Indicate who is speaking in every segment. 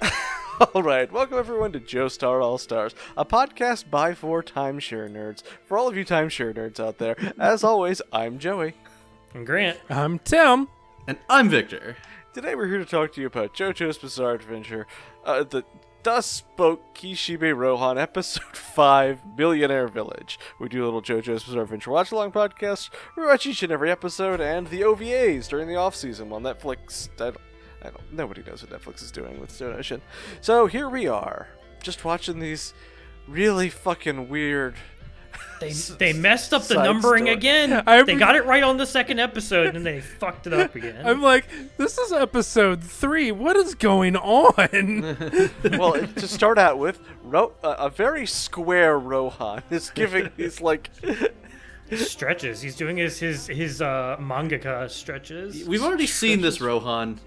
Speaker 1: All right, welcome everyone to Joe Star All Stars, a podcast by four timeshare nerds. For all of you timeshare nerds out there, as always, I'm Joey.
Speaker 2: And Grant.
Speaker 3: I'm Tim.
Speaker 4: And I'm Victor.
Speaker 1: Today we're here to talk to you about JoJo's Bizarre Adventure, uh, the Dust Spoke Kishibe Rohan, Episode 5, Billionaire Village. We do a little JoJo's Bizarre Adventure watch along podcast. We watch each and every episode and the OVAs during the off season on Netflix. I don't, I don't, nobody knows what Netflix is doing with Stone Ocean. So here we are, just watching these really fucking weird.
Speaker 2: They, they messed up the
Speaker 1: Side
Speaker 2: numbering
Speaker 1: story.
Speaker 2: again.
Speaker 3: I'm-
Speaker 2: They got it right on the second episode, and they fucked it up again.
Speaker 3: I'm like, this is episode three. What is going on?
Speaker 1: Well, it- to start out with, Ro- uh, a very square Rohan is giving these like
Speaker 2: stretches. He's doing his his his uh, mangaka stretches.
Speaker 4: We've already seen this, Rohan.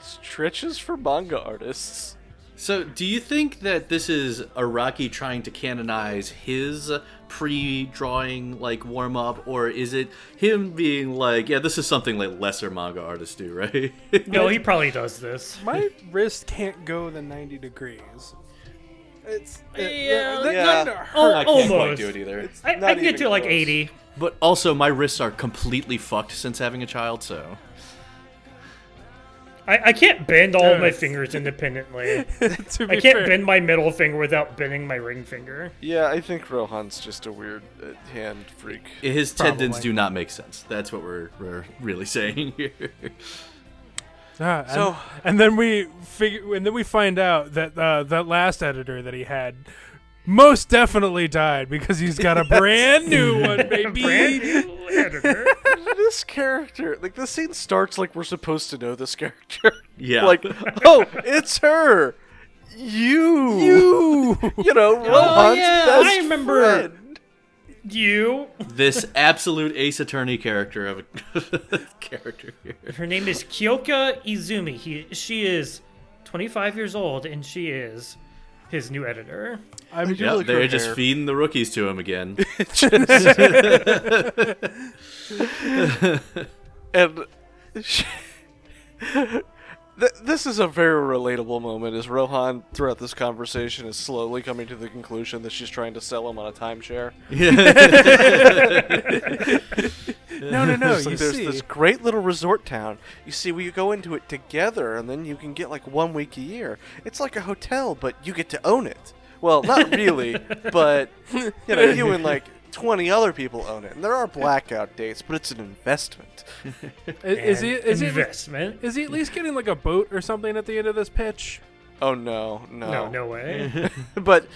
Speaker 1: stretches for manga artists.
Speaker 4: So, do you think that this is Araki trying to canonize his pre-drawing like warm-up, or is it him being like, "Yeah, this is something like lesser manga artists do, right?"
Speaker 2: No, he probably does this.
Speaker 3: My wrist can't go the 90 degrees. It's uh,
Speaker 2: Yeah,
Speaker 3: that
Speaker 1: yeah.
Speaker 3: kinda
Speaker 2: Oh,
Speaker 3: hurt.
Speaker 4: I can't quite
Speaker 2: almost.
Speaker 4: do it either.
Speaker 2: I,
Speaker 1: not
Speaker 2: I can get
Speaker 1: even
Speaker 2: to like
Speaker 1: close.
Speaker 2: 80.
Speaker 4: But also, my wrists are completely fucked since having a child, so
Speaker 2: I, I can't bend all my
Speaker 3: it's-
Speaker 2: fingers independently.
Speaker 1: Oh.
Speaker 3: to be
Speaker 2: I can't
Speaker 3: fair.
Speaker 2: bend my middle finger without bending my ring finger.
Speaker 1: Yeah, I think Rohan's just a weird uh, hand freak.
Speaker 4: his tendons
Speaker 3: Probably.
Speaker 4: do not make sense. That's what we're, we're really saying here.
Speaker 3: Ah, and,
Speaker 1: So-
Speaker 3: and then we figure, and then we find out that uh, that last editor that he had most definitely died because he's got a brand new one, baby.
Speaker 2: Brand new editor.
Speaker 1: this character, like the scene starts like we're supposed to know this character.
Speaker 4: Yeah.
Speaker 1: like, oh, it's her. You.
Speaker 3: You.
Speaker 1: You know, Rohan's
Speaker 2: Oh, yeah,
Speaker 1: best
Speaker 2: I remember.
Speaker 1: friend.
Speaker 2: you.
Speaker 4: this absolute Ace Attorney character of a character here.
Speaker 2: Her name is Kyoka Izumi. He, she is 25 years old, and she is his new editor.
Speaker 3: I'm
Speaker 1: Yeah.
Speaker 4: Yep,
Speaker 1: look her
Speaker 4: they're just
Speaker 1: hair.
Speaker 4: feeding the rookies to him again.
Speaker 1: and she, Th- this is a very relatable moment as Rohan throughout this conversation is slowly coming to the conclusion that she's trying to sell him on a timeshare.
Speaker 3: no, no, no.
Speaker 1: It's
Speaker 3: Oh, you
Speaker 1: like there's
Speaker 3: see,
Speaker 1: this great little resort town. You see, we go into it together, and then you can get like one week a year. It's like a hotel, but you get to own it. Well, not really, but you know, you and like 20 other people own it, and there are blackout dates, but it's an investment.
Speaker 3: is, is he is he
Speaker 2: investment?
Speaker 3: is he at least getting like a boat or something at the end of this pitch?
Speaker 1: Oh no, no,
Speaker 2: no, no way.
Speaker 1: But,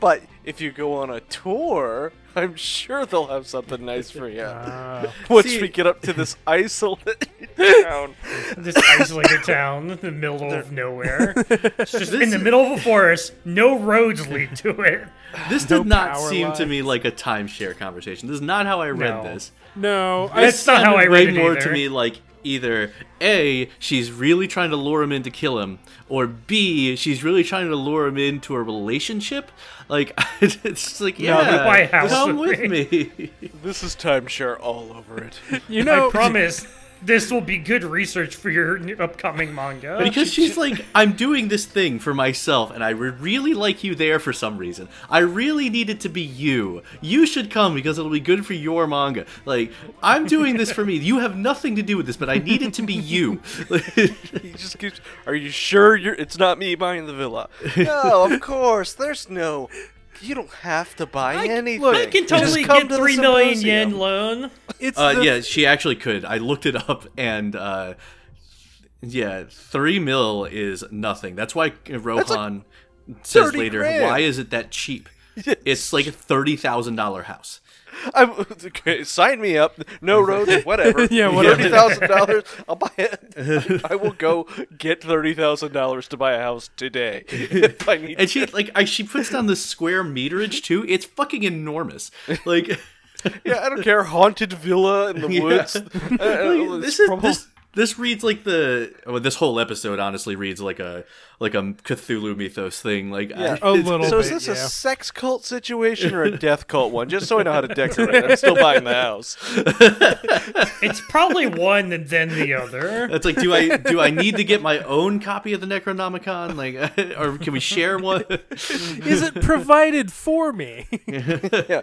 Speaker 1: but if you go on a tour, I'm sure they'll have something nice for you.
Speaker 3: Ah.
Speaker 1: Once
Speaker 4: See-
Speaker 1: we get up to this isolated town,
Speaker 2: this isolated town in the middle of nowhere. It's just in the middle of a forest. No roads lead to it.
Speaker 4: This did not
Speaker 3: power
Speaker 4: seem to
Speaker 3: lines.
Speaker 4: me like a timeshare conversation. This is not how I
Speaker 2: No.
Speaker 4: read this.
Speaker 3: No, I
Speaker 2: That's not how I
Speaker 4: Sounded
Speaker 2: read
Speaker 4: way
Speaker 2: it
Speaker 4: more
Speaker 2: either.
Speaker 4: to me like either A, she's really trying to lure him in to kill him, or B, she's really trying to lure him into a relationship. Like it's just like yeah,
Speaker 2: you buy a house
Speaker 4: come
Speaker 2: with
Speaker 4: with me.
Speaker 1: this is timeshare all over it.
Speaker 3: you know
Speaker 2: I promise this will be good research for your n- upcoming manga.
Speaker 4: because she's like, I'm doing this thing for myself, and I would really like you there for some reason. I really need it to be you. You should come because it'll be good for your manga. Like, I'm doing this for me. You have nothing to do with this, but I need it to be you.
Speaker 1: He just keeps. Are you sure you're? It's not me buying the villa. No, of course. There's no. You don't have to buy anything.
Speaker 2: I can totally get three million yen loan.
Speaker 3: it's
Speaker 4: uh,
Speaker 3: the-
Speaker 4: yeah, she actually could. I looked it up, and uh, yeah, three mil is nothing. That's why Rohan says
Speaker 1: 30
Speaker 4: later,
Speaker 1: grand.
Speaker 4: why is it that cheap? It's like a thirty thousand dollar house.
Speaker 1: I'm, okay, sign me up. No roads, whatever.
Speaker 3: Yeah, whatever.
Speaker 1: Thirty thousand dollars. I'll buy it. I will go get thirty thousand dollars to buy a house today if I need.
Speaker 4: And she like I, she puts down the square meterage too. It's fucking enormous. Like,
Speaker 1: yeah, I don't care. Haunted villa in the woods. Uh,
Speaker 4: like, this is this This reads like the well, this whole episode honestly reads like a like a Cthulhu mythos thing. Like
Speaker 1: Yeah.
Speaker 4: I,
Speaker 3: A little
Speaker 1: So is
Speaker 3: bit,
Speaker 1: this
Speaker 3: yeah.
Speaker 1: a sex cult situation or a death cult one? Just so I know how to decorate. I'm still buying the house.
Speaker 2: It's probably one and then the other.
Speaker 4: That's like, do I do I need to get my own copy of the Necronomicon? Like, or can we share one?
Speaker 3: Is it provided for me?
Speaker 1: Yeah.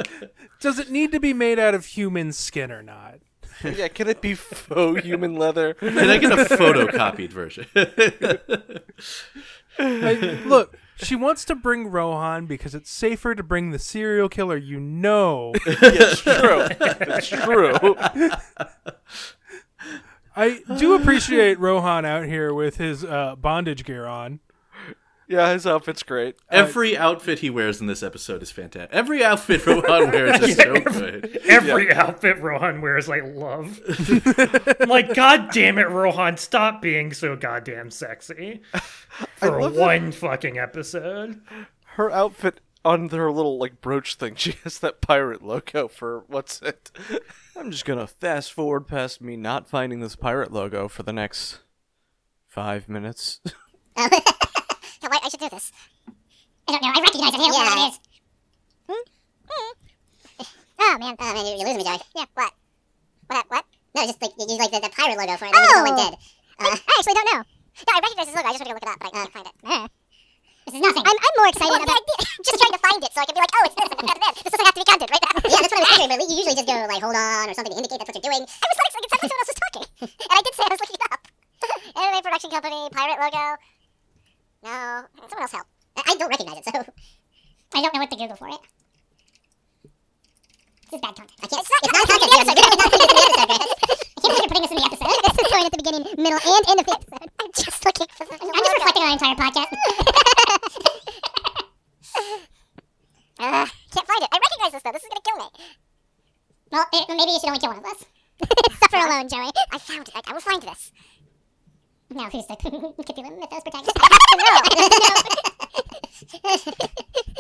Speaker 3: Does it need to be made out of human skin or not?
Speaker 1: Yeah, can it be faux human leather?
Speaker 4: Can I get a photocopied version?
Speaker 3: Like, look, she wants to bring Rohan because it's safer to bring the serial killer you know.
Speaker 1: It's true. It's true.
Speaker 3: I do appreciate Rohan out here with his uh, bondage gear on.
Speaker 1: Yeah, his outfit's great.
Speaker 4: Every outfit he wears in this episode is fantastic. Every outfit Rohan wears is so good.
Speaker 2: Every outfit Rohan wears, I love. I'm like, God damn it, Rohan, stop being so goddamn sexy for
Speaker 1: love that-
Speaker 2: one fucking episode.
Speaker 1: Her outfit on her little like brooch thing, she has that pirate logo for what's it? I'm just gonna fast forward past me not finding this pirate logo for the next five minutes.
Speaker 5: Yeah, wait, I should do this. I don't know. I recognize it. I don't know what that is. Hmm? Hmm. Oh, man. Oh, man, you're, you're losing me, Joey. Yeah, what? What? What? No, just like, you use like the, the pirate logo for it. Oh! Like, dead. Uh, I actually don't know. No, I recognize this logo. I just want to look it up, but I can't find it. This is nothing. I'm, I'm more excited about just trying to find it so I can be like, oh, it's this, it's this. This doesn't have to be counted right now. Yeah, that's what I was wondering, but you usually just go like, hold on, or something to indicate that's what you're doing. I was like, it's like someone else was talking. and I did say I was looking it up. Anime production company, pirate logo. No, someone else help. I, I don't recognize it, so I don't know what to Google for it. This is bad content. I can't. It's not, it's not content. It's not content. It's not content. I can't believe you're putting this in the episode. this is going at the beginning, middle, and end of the episode. I'm just looking for the. I'm just reflecting on our entire podcast. uh, can't find it. I recognize this though. This is gonna kill me. Well, eh, maybe you should only kill one of us. Suffer alone, Joey. I found it. I, I will find this. Now who's the Cthulhu Mythos protagonist?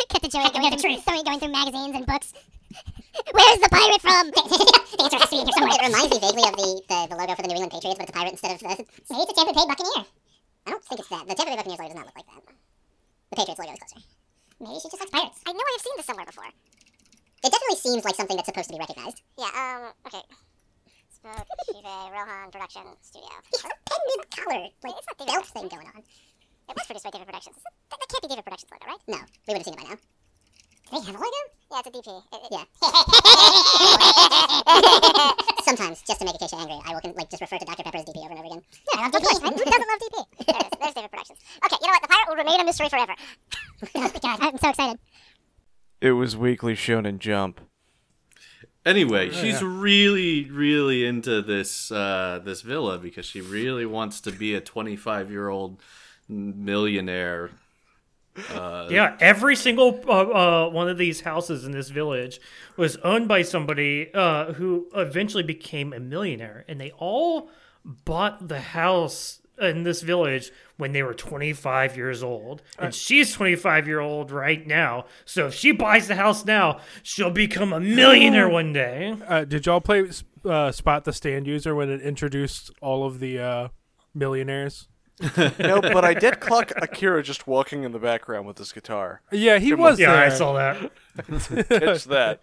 Speaker 5: Cut the joke. Going through, sorry, going through magazines and books. Where's the pirate from? the answer has to be in here somewhere. It reminds me vaguely of the, the, the logo for the New England Patriots, but it's a pirate instead of the. Maybe it's a Tampa Bay Buccaneer. I don't think it's that. The Tampa Bay Buccaneers logo does not look like that. The Patriots logo is closer. Maybe she just likes pirates. I know I've seen this somewhere before. It definitely seems like something that's supposed to be recognized. Yeah. Um. Okay. Spoke, Shibe, Rohan Production Studio. He has a pendant collar, like it's not belt thing going on. It was produced by David Productions. It's- That, that can't be David Productions logo, right? No, we would have seen it by now. Do they have a logo? Yeah, it's a DP. yeah. Sometimes, just to make Acacia angry, I will con- like just refer to Dr. Pepper as DP over and over again. Yeah, I love DP. Who doesn't love DP? There it is. There's David Productions. Okay, you know what? The pirate will remain a mystery forever. oh my god, I'm so excited.
Speaker 1: It was weekly Shonen Jump.
Speaker 4: Anyway, she's really, really into this uh, this villa because she really wants to be a 25 year old millionaire.
Speaker 2: Yeah, every single uh, uh, one of these houses in this village was owned by somebody uh, who eventually became a millionaire, and they all bought the house in this village when they were 25 years old. And she's 25 year old right now, so if she buys the house now, she'll become a millionaire one day.
Speaker 3: Uh, did y'all play uh, Spot the Stand User when it introduced all of the uh, millionaires?
Speaker 1: No, but I did clock Akira just walking in the background with his guitar.
Speaker 3: Yeah, he was
Speaker 2: Yeah,
Speaker 3: there.
Speaker 2: I saw that.
Speaker 1: Catch that.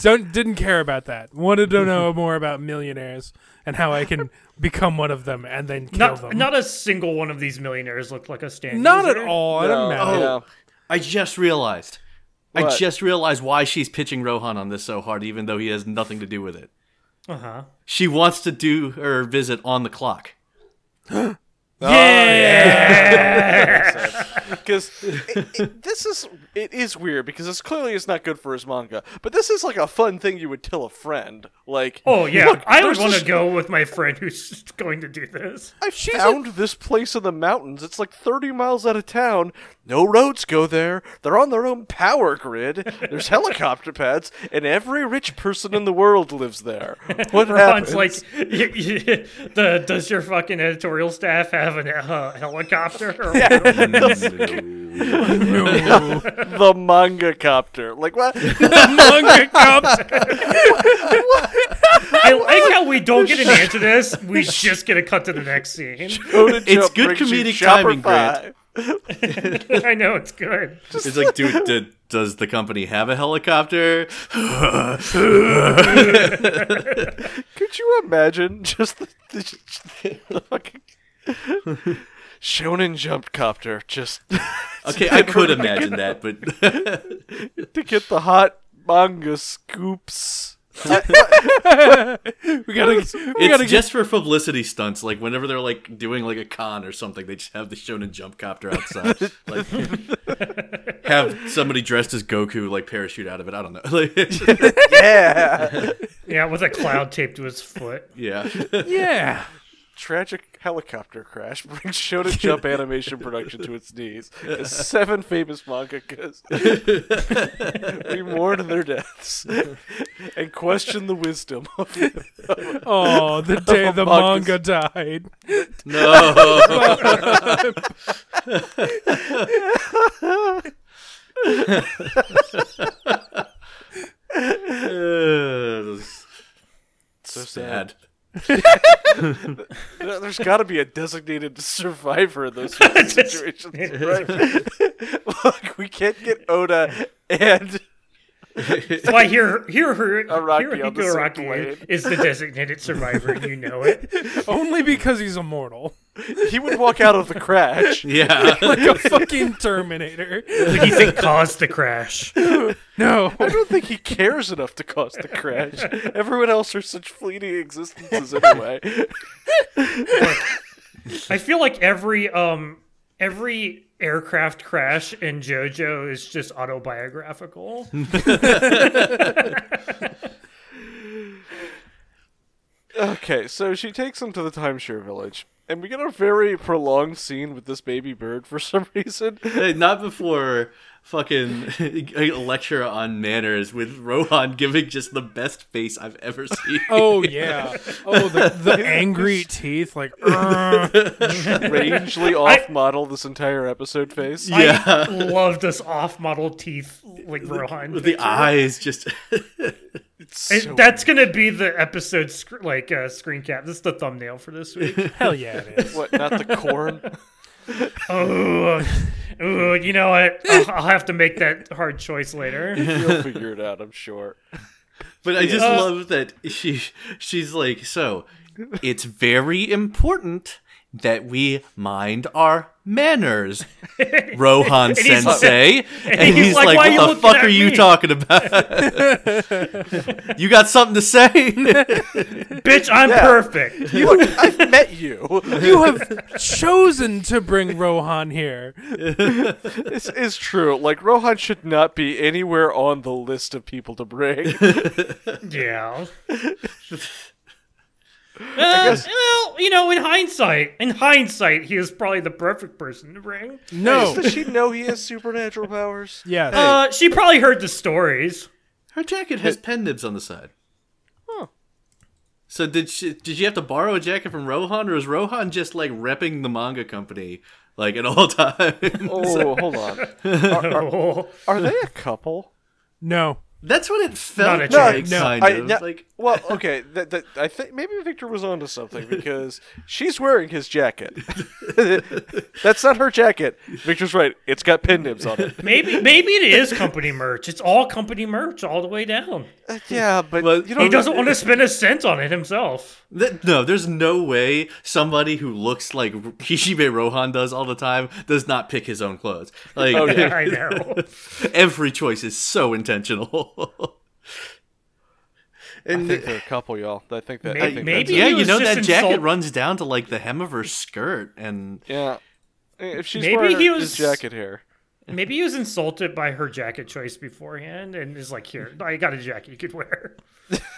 Speaker 3: Don't didn't care about that. Wanted to know more about millionaires and how I can become one of them and then kill
Speaker 2: Not
Speaker 3: them.
Speaker 2: not a single one of these millionaires looked like a stand.
Speaker 3: Not at
Speaker 2: user.
Speaker 3: all. I
Speaker 1: No, Oh.
Speaker 3: don't matter.
Speaker 1: yeah.
Speaker 4: I just realized. I
Speaker 1: What?
Speaker 4: just realized why she's pitching Rohan on this so hard, even though he has nothing to do with it.
Speaker 2: Uh huh.
Speaker 4: She wants to do her visit on the clock.
Speaker 1: Oh, because this is it is weird because this clearly is not good for his manga, but this is like a fun thing you would tell a friend. Like,
Speaker 2: Oh yeah,
Speaker 1: "Look,
Speaker 2: I would
Speaker 1: there's
Speaker 2: want
Speaker 1: this-
Speaker 2: to go with my friend who's going to do this.
Speaker 1: I found this place in the mountains. It's like 30 miles out of town. No roads go there. They're on their own power grid. There's helicopter pads, and every rich person in the world lives there. What happens?
Speaker 2: Ron's like, y- y- the does your fucking editorial staff have an uh, helicopter? Or whatever?
Speaker 1: the manga copter. Like what?
Speaker 3: Manga cops.
Speaker 2: I like how we don't get an answer to this. We just get a cut to the next scene.
Speaker 1: Oda
Speaker 4: It's
Speaker 1: Jump
Speaker 4: good
Speaker 1: brings you
Speaker 4: comedic
Speaker 1: Chopper
Speaker 4: timing, Grant.
Speaker 1: Five.
Speaker 2: I know it's good.
Speaker 4: It's like, dude, did, does the company have a helicopter?
Speaker 1: Could you imagine just the, the, the fucking Shonen Jump copter just
Speaker 4: Okay, I could imagine that, but
Speaker 1: to get the hot manga scoops?
Speaker 3: We gotta, we gotta
Speaker 4: it's just for publicity stunts. Like whenever they're like doing like a con or something, they just have the Shonen Jump copter outside. like have somebody dressed as Goku like parachute out of it. I don't know. Like,
Speaker 1: Yeah,
Speaker 2: Yeah, with a cloud taped to his foot.
Speaker 4: yeah.
Speaker 3: get, yeah.
Speaker 1: tragic helicopter crash brings Shonen Jump animation production to its knees. As seven famous mangakas we mourn their deaths and question the wisdom of
Speaker 3: Oh, the day the
Speaker 1: Among Us.
Speaker 3: manga died.
Speaker 4: No.
Speaker 1: so
Speaker 4: Sad.
Speaker 1: There- There's got to be a designated survivor in those sorts of situations, right? Look, we can't get Oda and
Speaker 2: Well, I hear here her
Speaker 1: Araki
Speaker 2: Hirohiko
Speaker 1: on the same
Speaker 2: Araki
Speaker 1: plane.
Speaker 2: is the designated survivor, and you know it.
Speaker 3: Only because he's immortal.
Speaker 1: he would walk out of the crash.
Speaker 4: Yeah.
Speaker 3: Like a fucking Terminator.
Speaker 2: But you think caused the crash.
Speaker 3: No.
Speaker 1: I don't think he cares enough to cause the crash. Everyone else are such fleeting existences anyway.
Speaker 2: I feel like every um every aircraft crash in JoJo is just autobiographical.
Speaker 1: Okay, so she takes him to the timeshare village, and we get a very prolonged scene with this baby bird for some reason.
Speaker 4: Hey, Not before fucking a lecture on manners with Rohan giving just the best face I've ever seen.
Speaker 3: Oh yeah. Oh the, the angry teeth like "Urgh."
Speaker 1: Strangely off-model this entire episode face.
Speaker 4: yeah.
Speaker 2: I love this off-model teeth like Rohan.
Speaker 4: With the
Speaker 2: picture.
Speaker 4: eyes just
Speaker 2: It- that's gonna be the episode sc- like uh, screen cap. This is the thumbnail for this week.
Speaker 3: Hell yeah it is.
Speaker 1: What, not the corn?
Speaker 2: oh, oh, you know what? I'll, I'll have to make that hard choice later.
Speaker 1: You'll figure it out, I'm sure.
Speaker 4: But I just love that she she's like, so it's very important that we mind our manners, Rohan
Speaker 2: he's like-
Speaker 4: Sensei. and,
Speaker 2: he's
Speaker 4: he's,
Speaker 2: like,
Speaker 4: like,
Speaker 2: "Why you
Speaker 4: what the
Speaker 2: looking
Speaker 4: fuck
Speaker 2: at
Speaker 4: are you
Speaker 2: me?"
Speaker 4: talking about? you got something to say?
Speaker 2: Bitch, I'm perfect.
Speaker 1: Look, I've met you.
Speaker 3: You have chosen to bring Rohan here.
Speaker 1: This is true. Like Rohan should not be anywhere on the list of people to bring.
Speaker 2: Yeah. Uh, well, you know, in hindsight, in hindsight, he is probably the perfect person to bring.
Speaker 3: No.
Speaker 1: Does she know he has supernatural powers?
Speaker 3: Yes.
Speaker 2: Uh, she probably heard the stories.
Speaker 4: Her jacket has pen nibs on the side. So did she, did you have to borrow a jacket from Rohan, or is Rohan just like repping the manga company like at all times?
Speaker 1: Oh, hold on.
Speaker 2: Oh,
Speaker 1: Are they a couple?
Speaker 3: no.
Speaker 4: That's what it
Speaker 2: Not a
Speaker 4: felt like.
Speaker 2: chance.
Speaker 3: No,
Speaker 4: kind
Speaker 1: I,
Speaker 4: of
Speaker 1: yeah,
Speaker 4: like
Speaker 1: well, okay. That, that, I think maybe Victor was onto something because she's wearing his jacket. That's not her jacket. Victor's right. It's got pin nibs on it.
Speaker 2: maybe, maybe it is company merch. It's all company merch, all the way down.
Speaker 1: Uh, Yeah, but
Speaker 4: Well,
Speaker 1: you
Speaker 2: He
Speaker 1: know,
Speaker 2: doesn't want to spend a cent on it himself.
Speaker 4: Th- no, there's no way somebody who looks like Kishibe Rohan does all the time does not pick his own clothes. Like
Speaker 2: I know.
Speaker 4: every choice is so intentional.
Speaker 1: I
Speaker 4: and
Speaker 1: think they're a couple, y'all. I think that. I
Speaker 2: Maybe-
Speaker 1: think
Speaker 2: maybe-
Speaker 1: That's
Speaker 4: yeah,
Speaker 2: he
Speaker 4: you
Speaker 2: was
Speaker 4: know
Speaker 2: just
Speaker 4: that jacket
Speaker 2: insult-
Speaker 4: runs down to like the hem of her skirt, and
Speaker 1: it. yeah. If she's
Speaker 2: Maybe
Speaker 1: wearing
Speaker 2: he
Speaker 1: her- his
Speaker 2: was-
Speaker 1: jacket here.
Speaker 2: Maybe he was insulted by her jacket choice beforehand and is like, here, I got a jacket you could wear.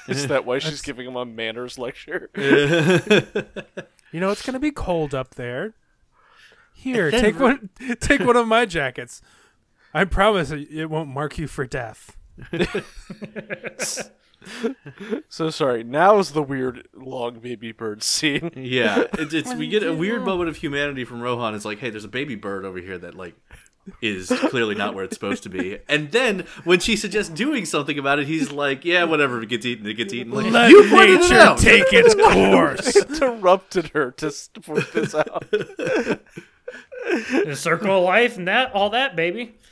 Speaker 1: Is that why she's giving him a manners lecture?
Speaker 3: You know it's gonna be cold up there. Here,
Speaker 4: then
Speaker 3: take
Speaker 4: Ro-
Speaker 3: one take one of my jackets. I promise it it won't mark you for death.
Speaker 1: So sorry. Now is the weird long baby bird scene.
Speaker 4: yeah, it's, it's we get a weird moment of humanity from Rohan. It's like, hey, there's a baby bird over here that like is clearly not where it's supposed to be. And then when she suggests doing something about it, he's like, "Yeah, whatever, it gets eaten, it gets eaten." Like,
Speaker 3: Let
Speaker 4: you pointed it
Speaker 3: nature
Speaker 4: out.
Speaker 3: take its course.
Speaker 1: interrupted her to s- point this out.
Speaker 2: The circle of life and that, all that, baby.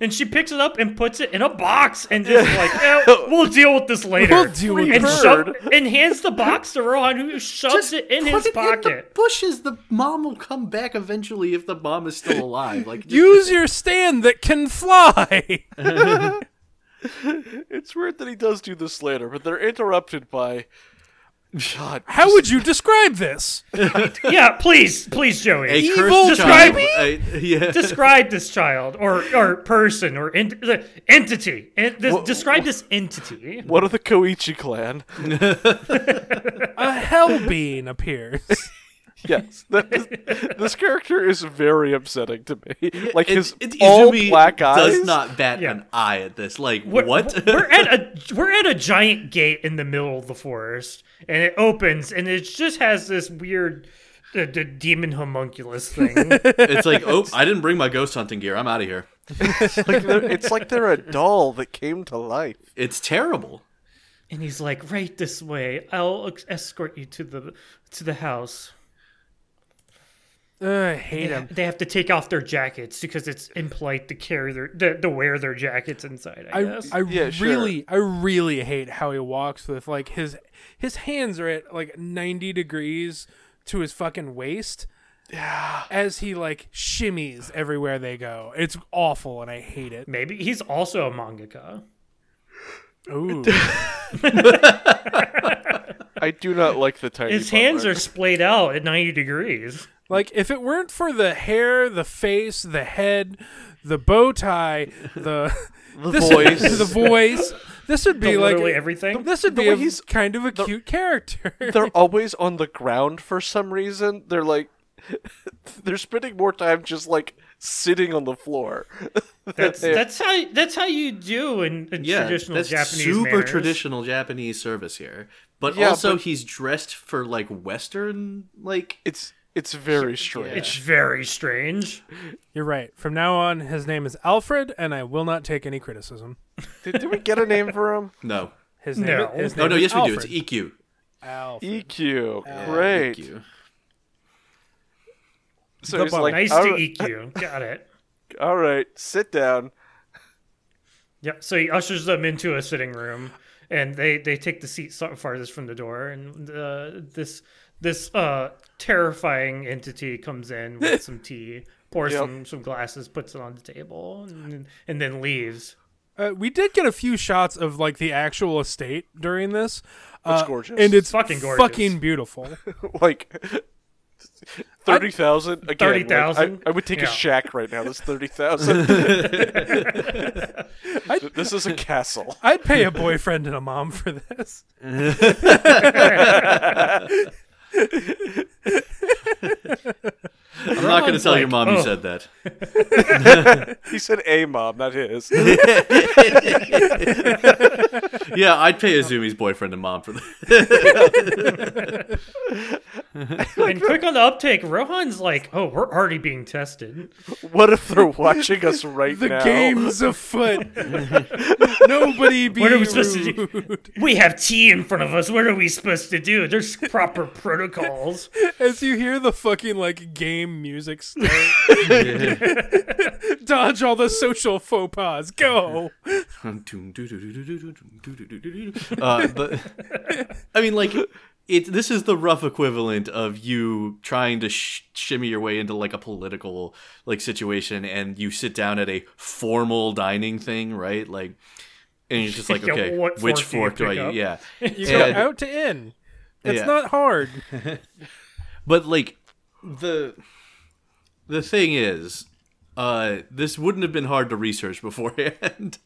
Speaker 2: and she picks it up and puts it in a box and just like, "Eh, we'll deal with this later.
Speaker 3: We'll deal with
Speaker 2: and,
Speaker 3: this.
Speaker 2: shove- and hands the box to Rohan, who shoves it in
Speaker 4: put
Speaker 2: his
Speaker 4: it
Speaker 2: pocket.
Speaker 4: the bushes. The mom will come back eventually if the mom is still alive. Like just-
Speaker 3: Use your stand that can fly.
Speaker 1: It's weird that he does do this later, but they're interrupted by. God,
Speaker 3: How would you describe this?
Speaker 2: yeah, please, please, Joey.
Speaker 4: a
Speaker 3: evil
Speaker 4: cursed
Speaker 2: describe
Speaker 4: child.
Speaker 2: me?
Speaker 4: I- yeah.
Speaker 2: describe this child or or person or en- the entity. En- this, describe this entity.
Speaker 1: one of the Koichi clan.
Speaker 3: A hell being appears.
Speaker 1: Yes, that is- this character is very upsetting to me. Like
Speaker 4: And-
Speaker 1: his
Speaker 4: and
Speaker 1: all
Speaker 4: Izumi
Speaker 1: black eyes.
Speaker 4: does not bat
Speaker 2: Yeah.
Speaker 4: an eye at this. Like
Speaker 2: We're-
Speaker 4: what?
Speaker 2: we're at a we're at a giant gate in the middle of the forest, and it opens, and it just has this weird. The, the demon homunculus thing.
Speaker 4: it's like, oh, I didn't bring my ghost hunting gear. I'm out of here.
Speaker 1: Like they're- it's like they're a doll that came to life.
Speaker 4: It's terrible.
Speaker 2: and he's like, right this way. I'll ex- escort you to the to the house.
Speaker 3: Uh, I hate
Speaker 2: They,
Speaker 3: him.
Speaker 2: they have to take off their jackets because it's impolite to carry their to, to wear their jackets inside. I,
Speaker 3: I,
Speaker 2: guess.
Speaker 3: I
Speaker 1: Yeah, sure.
Speaker 3: really I really hate how he walks with like his his hands are at like 90 degrees to his fucking waist. Yeah. As he like shimmies everywhere they go. It's awful and I hate it.
Speaker 2: Maybe he's also a mangaka.
Speaker 3: Ooh.
Speaker 1: I do not like the tiny.
Speaker 2: His hands
Speaker 1: butler.
Speaker 2: are splayed out at 90 degrees.
Speaker 3: like if it weren't for the hair, the face, the head, the bow tie, the the
Speaker 1: voice.
Speaker 3: the voice, this would be like
Speaker 2: literally everything.
Speaker 3: This would
Speaker 1: The
Speaker 3: be
Speaker 1: way
Speaker 3: a,
Speaker 1: he's-
Speaker 3: kind of a cute character.
Speaker 1: They're always on the ground for some reason. They're like. They're spending more time just like sitting on the floor.
Speaker 2: That's that's how that's how you do in, in
Speaker 4: Yeah,
Speaker 2: traditional
Speaker 4: that's
Speaker 2: Japanese
Speaker 4: super
Speaker 2: manners.
Speaker 4: traditional Japanese service here. But
Speaker 1: Yeah,
Speaker 4: also,
Speaker 1: but-
Speaker 4: he's dressed for like Western, like
Speaker 1: It's it's very strange.
Speaker 2: It's very strange.
Speaker 3: You're right. From now on, his name is Alfred, and I will not take any criticism.
Speaker 1: Did, did we get a name for him?
Speaker 4: no,
Speaker 3: His name.
Speaker 2: No.
Speaker 3: His name
Speaker 4: oh no,
Speaker 3: is
Speaker 4: yes we do.
Speaker 3: Alfred.
Speaker 4: It's E EQ.
Speaker 3: Alfred.
Speaker 1: EQ. E Great.
Speaker 4: EQ.
Speaker 1: So
Speaker 3: The
Speaker 1: he's
Speaker 3: bug.
Speaker 1: like,
Speaker 2: Nice
Speaker 1: all,
Speaker 2: to
Speaker 1: right,
Speaker 2: EQ. Got it.
Speaker 1: all right, sit down.
Speaker 2: Yep. So he ushers them into a sitting room, and they they take the seat so- farthest from the door, and uh, this this uh, terrifying entity comes in with some tea, pours
Speaker 1: Yep.
Speaker 2: some some glasses, puts it on the table, and, and then leaves.
Speaker 3: Uh, we did get a few shots of like the actual estate during this. It's
Speaker 1: gorgeous.
Speaker 3: and it's
Speaker 2: Fucking gorgeous.
Speaker 3: fucking beautiful.
Speaker 1: Like thirty thousand. again,
Speaker 2: 30,000?
Speaker 1: like, I, I would take
Speaker 2: Yeah.
Speaker 1: a shack right now. That's thirty thousand. this is a castle.
Speaker 3: I'd pay a boyfriend and a mom for this.
Speaker 4: I'm not going to
Speaker 2: Ron's
Speaker 4: tell your
Speaker 2: like,
Speaker 4: mom you
Speaker 2: "Oh."
Speaker 4: said that.
Speaker 1: He said a mob, not his.
Speaker 4: Yeah, I'd pay Azumi's boyfriend and mom for that.
Speaker 2: and quick on the uptake, Rohan's like, "Oh, we're already being tested."
Speaker 1: what if they're watching us right
Speaker 3: The
Speaker 1: now?
Speaker 3: game's afoot. Nobody be
Speaker 2: What are we supposed to do?
Speaker 3: rude.
Speaker 2: We have tea in front of us. What are we supposed to do? There's proper protocols.
Speaker 3: As you hear the fucking like game music start, dodge all the social faux pas. Go.
Speaker 4: uh, but I mean, like, it. This is the rough equivalent of you trying to sh- shimmy your way into like a political like situation, and you sit down at a formal dining thing, right? Like, and you're just like,
Speaker 2: Yeah,
Speaker 4: okay,
Speaker 2: what
Speaker 4: which
Speaker 2: fork
Speaker 4: fork
Speaker 2: do
Speaker 4: do
Speaker 2: you
Speaker 4: I
Speaker 2: pick
Speaker 4: use?
Speaker 3: You
Speaker 4: Yeah, Yeah.
Speaker 3: go out to in. It's
Speaker 4: Yeah.
Speaker 3: not hard.
Speaker 4: but like the the thing is, uh, this wouldn't have been hard to research beforehand.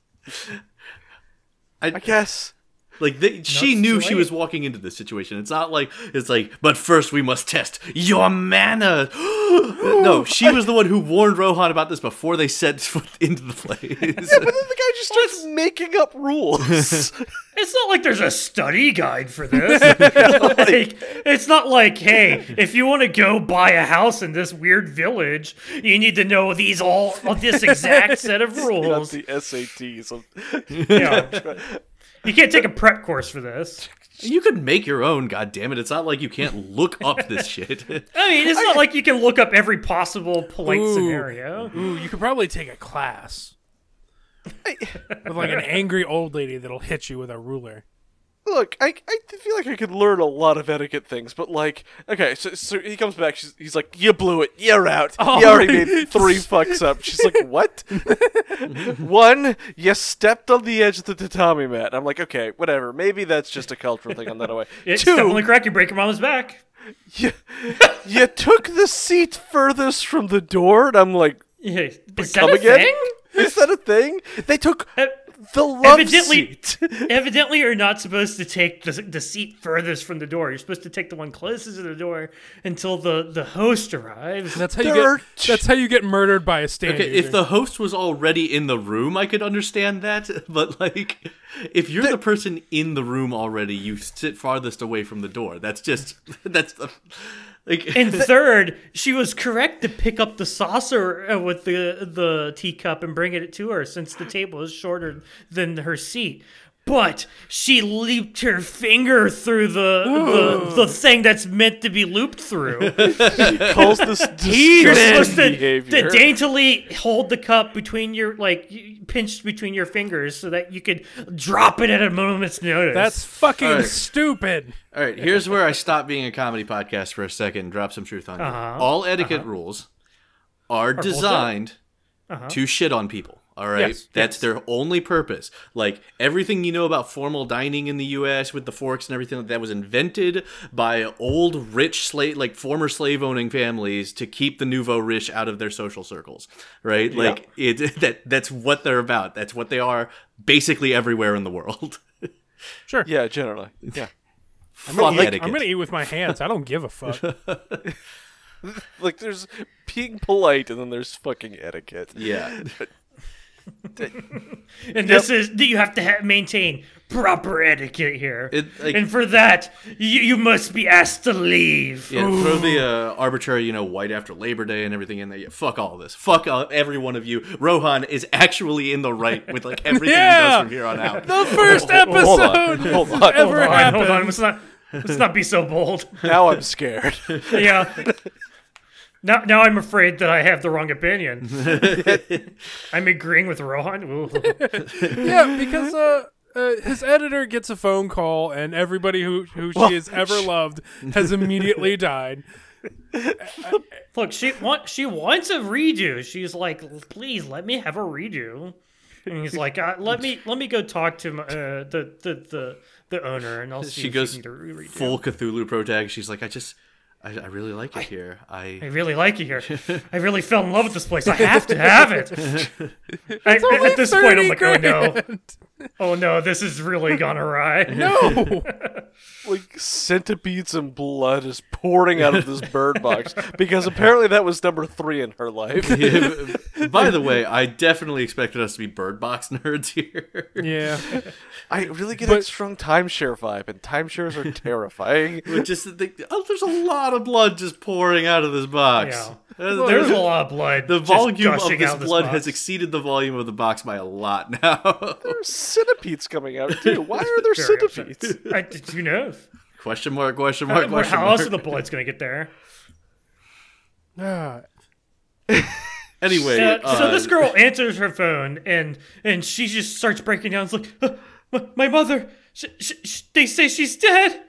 Speaker 1: I guess.
Speaker 4: Like they, she
Speaker 2: it's
Speaker 4: knew
Speaker 2: too
Speaker 4: she
Speaker 2: late.
Speaker 4: was walking into this situation. It's not like it's like, but first we must test your manner. no, she was the one who warned Rohan about this before they set foot into the place.
Speaker 1: But then the guy just starts making up rules.
Speaker 2: It's not like there's a study guide for this. like, it's not like, hey, if you want to go buy a house in this weird village, you need to know these all this exact set of
Speaker 1: Not
Speaker 2: rules.
Speaker 1: the SATs. of-
Speaker 2: Yeah. You can't take a prep course for this.
Speaker 4: You could make your own, God damn it! It's not like you can't look up this shit.
Speaker 2: I mean, it's not like you can look up every possible polite
Speaker 3: Ooh.
Speaker 2: scenario.
Speaker 3: Ooh, you could probably take a class with like an angry old lady that'll hit you with a ruler.
Speaker 1: Look, I, I feel like I could learn a lot of etiquette things, but like, okay, so, so he comes back. She's, he's like, "You blew it. You're out.
Speaker 2: Oh,
Speaker 1: you already made three fucks up." She's like, "What? One, you stepped on the edge of the tatami mat." I'm like, "Okay, whatever. Maybe that's just a cultural thing. I'm not away."
Speaker 2: It's
Speaker 1: Two,
Speaker 2: definitely correct. You break your mama's back.
Speaker 1: you, you took the seat furthest from the door, and I'm like,
Speaker 2: Yeah. Is that
Speaker 1: "Come
Speaker 2: a
Speaker 1: again?
Speaker 2: thing?
Speaker 1: Is that a thing? They took
Speaker 2: Uh,
Speaker 1: the love
Speaker 2: evidently-
Speaker 1: seat."
Speaker 2: Evidently, you're not supposed to take the, the seat furthest from the door. You're supposed to take the one closest to the door until the, the host arrives.
Speaker 3: That's how you
Speaker 1: Dirt.
Speaker 3: get. That's how you get murdered by a stand
Speaker 4: Okay,
Speaker 3: user.
Speaker 4: if the host was already in the room, I could understand that. But like, if you're the person in the room already, you sit farthest away from the door. That's just that's uh, like
Speaker 2: And third, she was correct to pick up the saucer uh, with the the teacup and bring it to her since the table is shorter than her seat. But she leaped her finger through the the, the thing that's meant to be looped through.
Speaker 1: calls this disgusting
Speaker 2: You're supposed to,
Speaker 1: behavior.
Speaker 2: to daintily hold the cup between your like y- pinched between your fingers so that you could drop it at a moment's notice.
Speaker 3: that's fucking
Speaker 4: Alright.
Speaker 3: stupid.
Speaker 4: All right, here's where I stop being a comedy podcast for a second and drop some truth on you.
Speaker 3: Uh-huh.
Speaker 4: All etiquette rules are designed to shit on people. All right,
Speaker 3: Uh-huh. Yes,
Speaker 4: that's their only purpose. Like everything you know about formal dining in the U.S. with the forks and everything like that was invented by old rich slave, like former slave-owning families, to keep the nouveau rich out of their social circles. Right, like it. That that's what they're about. That's what they are basically everywhere in the world.
Speaker 1: yeah, generally. Yeah.
Speaker 4: Fuck
Speaker 3: Like,
Speaker 4: etiquette.
Speaker 3: I'm gonna eat with my hands. I don't give a fuck.
Speaker 1: Like there's being polite and then there's fucking etiquette.
Speaker 4: yeah.
Speaker 2: and this is that you have to ha- maintain proper etiquette here.
Speaker 4: It- like-
Speaker 2: and for that, you, you must be asked to leave.
Speaker 4: Yeah, throw the uh, arbitrary, you know, white after Labor Day and everything in there. Yeah, fuck all this. Fuck all, every one of you. Rohan is actually in the right with like everything he
Speaker 3: Yeah.
Speaker 4: does from here on out.
Speaker 3: the first episode
Speaker 1: Hold on. Hold on.
Speaker 3: ever
Speaker 2: hold on,
Speaker 3: happened.
Speaker 2: hold on. Let's not let's not be so bold.
Speaker 1: Now I'm scared.
Speaker 2: yeah. Now, now I'm afraid that I have the wrong opinion. I'm agreeing with Rohan. Ooh.
Speaker 3: Yeah, because uh, uh, his editor gets a phone call, and everybody who who she has ever loved has immediately died.
Speaker 2: Look, she want she wants a redo. She's like, please let me have a redo. And he's like, uh, let me let me go talk to my, uh, the, the the the owner, and I'll see.
Speaker 4: She
Speaker 2: if
Speaker 4: goes
Speaker 2: she can do a redo.
Speaker 4: full Cthulhu protag. She's like, I just, I, I really like it here.
Speaker 2: I
Speaker 4: I
Speaker 2: really like it here. I really fell in love with this place. I have to have it. I,
Speaker 3: only
Speaker 2: at this point, I'm
Speaker 3: 30
Speaker 2: like, oh no, oh no, this has really gone awry.
Speaker 3: No,
Speaker 1: like centipedes and blood is pouring out of this bird box because apparently that was number three in her life.
Speaker 4: By the way, I definitely expected us to be bird box nerds here.
Speaker 3: yeah,
Speaker 1: I really get a
Speaker 3: But-
Speaker 1: strong timeshare vibe, and timeshares are terrifying.
Speaker 4: But just that they- oh, there's a lot of blood just pouring out of this box.
Speaker 2: Yeah.
Speaker 4: Uh,
Speaker 2: There's a lot of blood.
Speaker 4: the
Speaker 2: just
Speaker 4: volume of
Speaker 2: gushing
Speaker 4: this
Speaker 2: out
Speaker 4: blood has
Speaker 2: box.
Speaker 4: exceeded the volume of the box by a lot now.
Speaker 1: There's centipedes coming out too. Why are there
Speaker 2: Very upset.
Speaker 1: centipedes?
Speaker 2: I, did you know?
Speaker 4: question mark? Question
Speaker 2: I
Speaker 4: mark?
Speaker 2: don't know
Speaker 4: Question
Speaker 2: How
Speaker 4: mark?
Speaker 2: else are the blood's gonna get there?
Speaker 3: Ah,
Speaker 4: Anyway,
Speaker 2: Yeah, so
Speaker 4: uh,
Speaker 2: this girl answers her phone and and she just starts breaking down. It's like, "Uh, my, my mother, sh sh sh they say she's dead,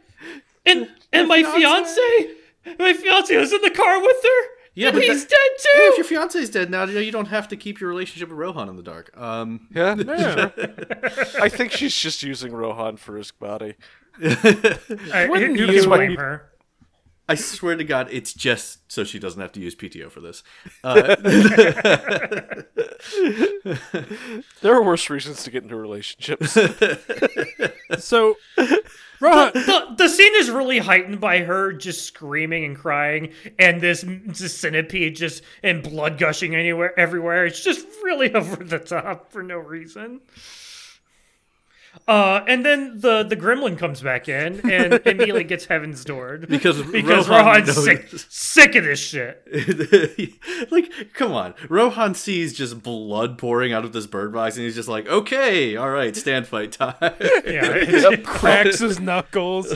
Speaker 2: and and my fiance, my fiance was in the car with her.
Speaker 4: Yeah,
Speaker 2: and
Speaker 4: but
Speaker 2: he's
Speaker 4: that-
Speaker 2: dead too.
Speaker 4: If your fiance's dead now, you know, you don't have to keep your relationship with Rohan in the dark. Um,
Speaker 1: Yeah,
Speaker 3: yeah.
Speaker 1: I think she's just using Rohan for his body.
Speaker 2: I, who
Speaker 3: wouldn't
Speaker 2: who
Speaker 3: you-
Speaker 2: can blame her?
Speaker 4: I swear to God, it's just so she doesn't have to use PTO for this.
Speaker 1: There are worse reasons to get into relationships.
Speaker 3: So Rohan,
Speaker 2: the, the scene is really heightened by her just screaming and crying, and this, this centipede just and blood gushing anywhere everywhere. It's just really over the top for no reason. Uh, and then the the gremlin comes back in and immediately gets heaven's doored
Speaker 4: Because
Speaker 2: because
Speaker 4: Rohan
Speaker 2: Rohan's
Speaker 4: knows-
Speaker 2: sick sick of this shit.
Speaker 4: like, come on. Rohan sees just blood pouring out of this bird box, and he's just like, okay, all right, stand fight time.
Speaker 2: Yeah, it's-
Speaker 3: cracks his knuckles.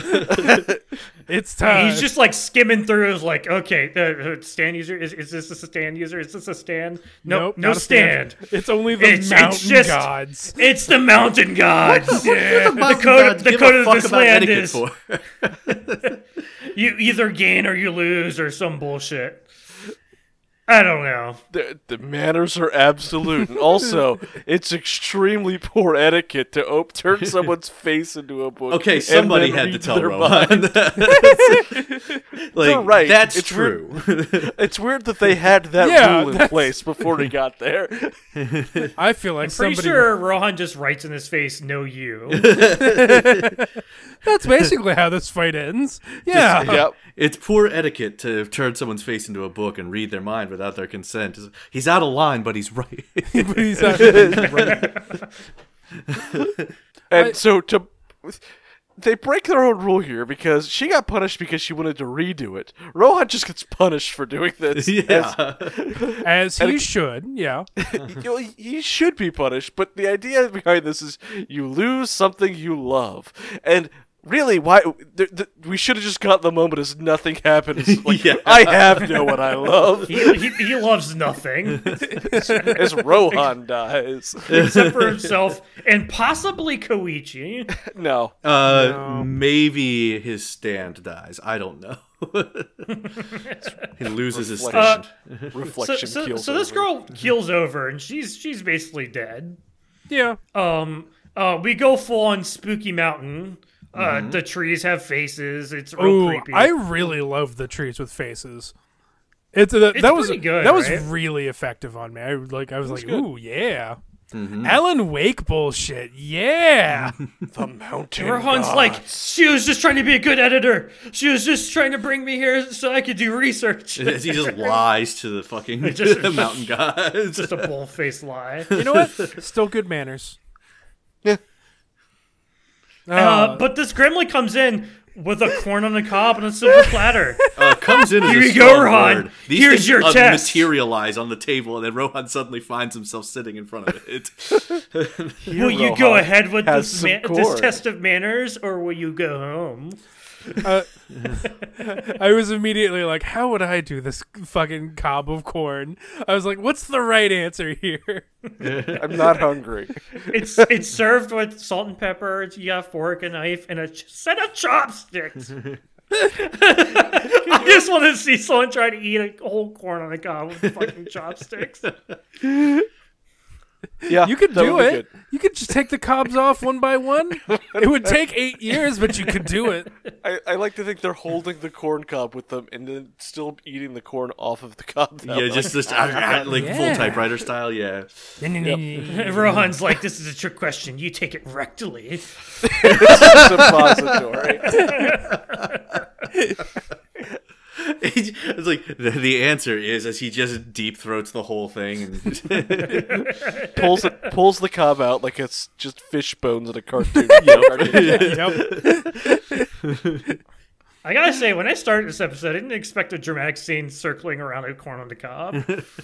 Speaker 3: it's time.
Speaker 2: he's just like skimming through. Is like, okay, uh, uh, stand user is, is this a stand user? Is this a stand? No,
Speaker 3: Nope,
Speaker 2: no
Speaker 3: not a
Speaker 2: stand.
Speaker 3: It's only the
Speaker 2: It's- it's
Speaker 3: mountain
Speaker 2: just-
Speaker 3: gods.
Speaker 2: It's the mountain gods. Yeah.
Speaker 4: the Muslim
Speaker 2: code,
Speaker 4: gods
Speaker 2: the
Speaker 4: give
Speaker 2: code
Speaker 4: a
Speaker 2: of
Speaker 4: fuck
Speaker 2: this
Speaker 4: about
Speaker 2: land
Speaker 4: etiquette
Speaker 2: is
Speaker 4: for.
Speaker 2: you either gain or you lose or some bullshit. I don't know.
Speaker 1: The, the manners are absolute, and also it's extremely poor etiquette to op- turn someone's face into a book.
Speaker 4: Okay,
Speaker 1: and
Speaker 4: somebody
Speaker 1: then
Speaker 4: had to
Speaker 1: read
Speaker 4: tell
Speaker 1: their
Speaker 4: Rohan. like,
Speaker 1: right,
Speaker 4: that's
Speaker 1: it's
Speaker 4: true.
Speaker 1: weird. It's weird that they had that
Speaker 3: Yeah,
Speaker 1: rule in
Speaker 3: that's-
Speaker 1: place before he got there.
Speaker 3: I feel like
Speaker 2: Pretty
Speaker 3: somebody.
Speaker 2: sure Rohan just writes in his face, "No, you."
Speaker 3: That's basically how this fight ends. Yeah.
Speaker 1: yep.
Speaker 4: It's poor etiquette to turn someone's face into a book and read their mind without their consent. He's out of line, but he's right.
Speaker 3: But he's actually right.
Speaker 1: And so to they break their own rule here because she got punished because she wanted to redo it. Rohan just gets punished for doing this.
Speaker 4: yeah.
Speaker 3: As he should. Yeah.
Speaker 1: you, you should be punished, but the idea behind this is you lose something you love, and really, why th- th- we should have just got the moment as nothing happened. It's like,
Speaker 4: Yeah.
Speaker 1: I have no what I love
Speaker 2: He, he, he loves nothing
Speaker 1: as Rohan dies.
Speaker 2: except for himself and possibly Koichi.
Speaker 1: No,
Speaker 4: Uh, Maybe his stand dies. I don't know. he loses his
Speaker 1: Reflection.
Speaker 4: stand.
Speaker 2: So,
Speaker 1: reflection
Speaker 2: so,
Speaker 1: kills.
Speaker 2: so this
Speaker 1: everyone.
Speaker 2: girl keels over and she's she's basically dead.
Speaker 3: Yeah.
Speaker 2: Um, uh, we go full on Spooky Mountain. Uh,
Speaker 4: Mm-hmm.
Speaker 2: the trees have faces. It's real
Speaker 3: Ooh,
Speaker 2: Oh, creepy.
Speaker 3: I really love the trees with faces. It's, uh, that was
Speaker 2: pretty good,
Speaker 3: that was
Speaker 2: right?
Speaker 3: really effective on me. I like I was like, ooh yeah, Alan Wake bullshit, yeah.
Speaker 1: the mountain.
Speaker 2: Rohan's
Speaker 1: gods.
Speaker 2: like, she was just trying to be a good editor. She was just trying to bring me here so I could do research.
Speaker 4: he just lies to the fucking
Speaker 2: Uh. just-
Speaker 4: mountain gods.
Speaker 2: just a bull-faced lie.
Speaker 3: you know what? Still good manners.
Speaker 1: Yeah. Oh.
Speaker 2: Uh, but this gremlin comes in with a corn on the cob and a silver platter.
Speaker 4: Uh, comes in. as
Speaker 2: Here
Speaker 4: a
Speaker 2: you go,
Speaker 4: strong
Speaker 2: Rohan.
Speaker 4: word. These
Speaker 2: Here's
Speaker 4: things,
Speaker 2: your
Speaker 4: uh,
Speaker 2: test.
Speaker 4: Materialize on the table, and then Rohan suddenly finds himself sitting in front of it.
Speaker 1: Here,
Speaker 2: will you
Speaker 1: Rohan
Speaker 2: go ahead with
Speaker 1: has
Speaker 2: this,
Speaker 1: some
Speaker 2: man- this
Speaker 1: corn.
Speaker 2: test of manners, or will you go home?
Speaker 3: uh, I was immediately like, how would I do this fucking cob of corn? I was like, what's the right answer here?
Speaker 1: I'm not hungry.
Speaker 2: It's it's served with salt and pepper. It's, you got a fork, a knife, and a ch- set of chopsticks. I just want to see someone try to eat a whole corn on the cob with fucking chopsticks.
Speaker 1: Yeah,
Speaker 3: You could
Speaker 1: that
Speaker 3: do
Speaker 1: would be
Speaker 3: it. You could just take the cobs off one by one. It would take eight years, but you could do it.
Speaker 1: good. I, I like to think they're holding the corn cob with them and then still eating the corn off of the cob. that
Speaker 4: yeah,
Speaker 1: way.
Speaker 4: just just uh, uh, like full
Speaker 3: Yeah.
Speaker 4: typewriter style. Yeah.
Speaker 2: And Rohan's like, "This is a trick question. You take it rectally."
Speaker 1: suppository.
Speaker 4: it's like the, the answer is as he just deep throats the whole thing. And,
Speaker 1: pulls it, pulls the cob out like it's just fish bones in a cartoon.
Speaker 3: Yep.
Speaker 2: I gotta say, when I started this episode, I didn't expect a dramatic scene circling around a corn on the cob.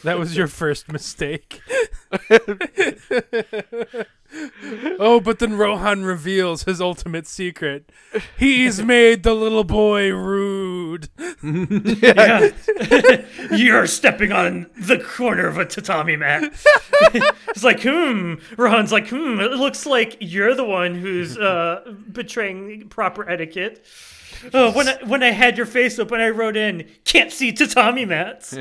Speaker 3: That was your first mistake. oh, but then Rohan reveals his ultimate secret. He's made the little boy rude.
Speaker 2: yeah. You're stepping on the corner of a tatami mat. it's like, hmm. Rohan's like, hmm. It looks like you're the one who's uh, betraying proper etiquette. Oh, Uh, when I, when I had your face open, I wrote in, "Can't see tatami mats."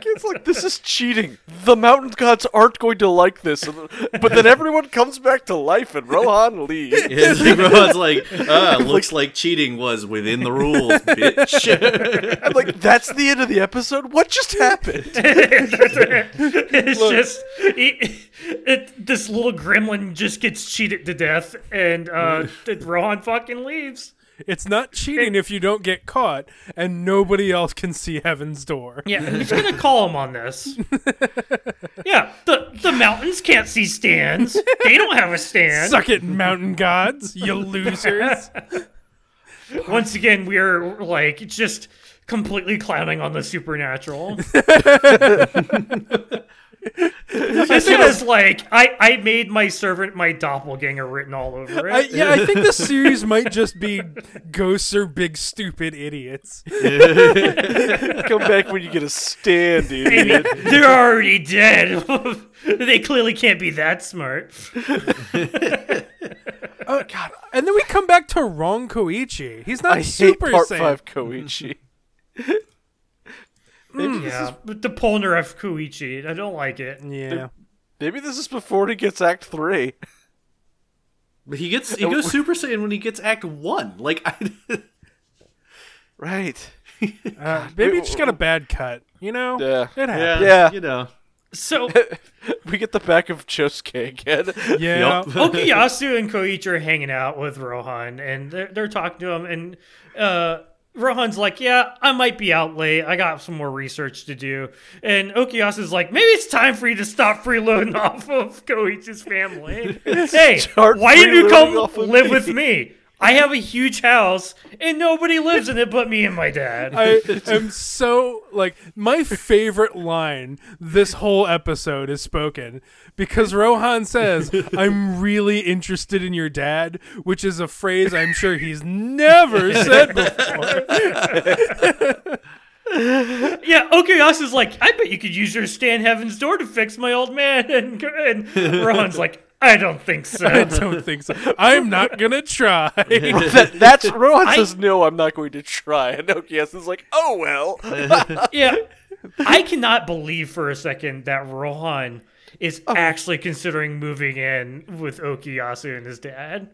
Speaker 1: It's like this is cheating. The mountain gods aren't going to like this. And- But then everyone comes back to life and Rohan leaves.
Speaker 4: Yeah, Big Rohan's like, ah, looks like cheating was within the rules, bitch.
Speaker 1: I'm like, that's the end of the episode. What just happened?
Speaker 2: It's just it, it, this little gremlin just gets cheated to death, and uh, Rohan fucking leaves.
Speaker 3: It's not cheating if you don't get caught and nobody else can see heaven's door.
Speaker 2: Yeah, who's gonna call him on this? yeah, the the mountains can't see stands. They don't have a stand.
Speaker 3: Suck it, mountain gods, you losers.
Speaker 2: Once again, we're like just completely clowning on the supernatural. this was like I I made my servant my doppelganger written all over it.
Speaker 3: I, yeah, I think the series might just be ghosts or big stupid idiots.
Speaker 1: Come back when you get a stand,
Speaker 2: Maybe
Speaker 1: idiot.
Speaker 2: they're already dead. they clearly can't be that smart.
Speaker 3: Oh God! And then we come back to Ron Koichi. He's not
Speaker 1: I hate
Speaker 3: super
Speaker 1: part
Speaker 3: saiyan.
Speaker 1: five Koichi.
Speaker 2: Yeah, but the Polner of Kuichi, I don't like it.
Speaker 3: Yeah.
Speaker 1: Maybe this is before he gets Act Three.
Speaker 4: But he gets he goes Super Saiyan when he gets Act One. Like, I,
Speaker 1: Right.
Speaker 3: Uh, maybe he just got a bad cut. You know.
Speaker 1: Yeah.
Speaker 3: It
Speaker 4: yeah,
Speaker 3: happened.
Speaker 1: Yeah.
Speaker 4: you know,
Speaker 2: So
Speaker 1: We get the back of Chosuke again.
Speaker 3: Yeah.
Speaker 4: Yup.
Speaker 2: Okuyasu and Koichi are hanging out with Rohan, and they're, they're talking to him. And uh, Rohan's like, "Yeah, I might be out late. I got some more research to do." And Okuyasu's like, "Maybe it's time for you to stop freeloading off of Koichi's family. hey,
Speaker 1: Start
Speaker 2: why didn't you come
Speaker 1: freeloading off of
Speaker 2: live
Speaker 1: me."
Speaker 2: with me? I have a huge house, and nobody lives in it but me and my dad."
Speaker 3: I am so like my favorite line this whole episode is spoken because Rohan says, "I'm really interested in your dad," which is a phrase I'm sure he's never said before.
Speaker 2: Yeah, Okuyasu's like, I bet you could use your stay in Heaven's Door to fix my old man. And, and Rohan's like, I don't think so.
Speaker 3: I don't think so. I'm not gonna try.
Speaker 1: That, that's Rohan
Speaker 2: I-
Speaker 1: says no. I'm not going to try. And Okuyasu's like, oh well.
Speaker 2: yeah. I cannot believe for a second that Rohan is
Speaker 3: Oh.
Speaker 2: actually considering moving in with Okuyasu and his dad.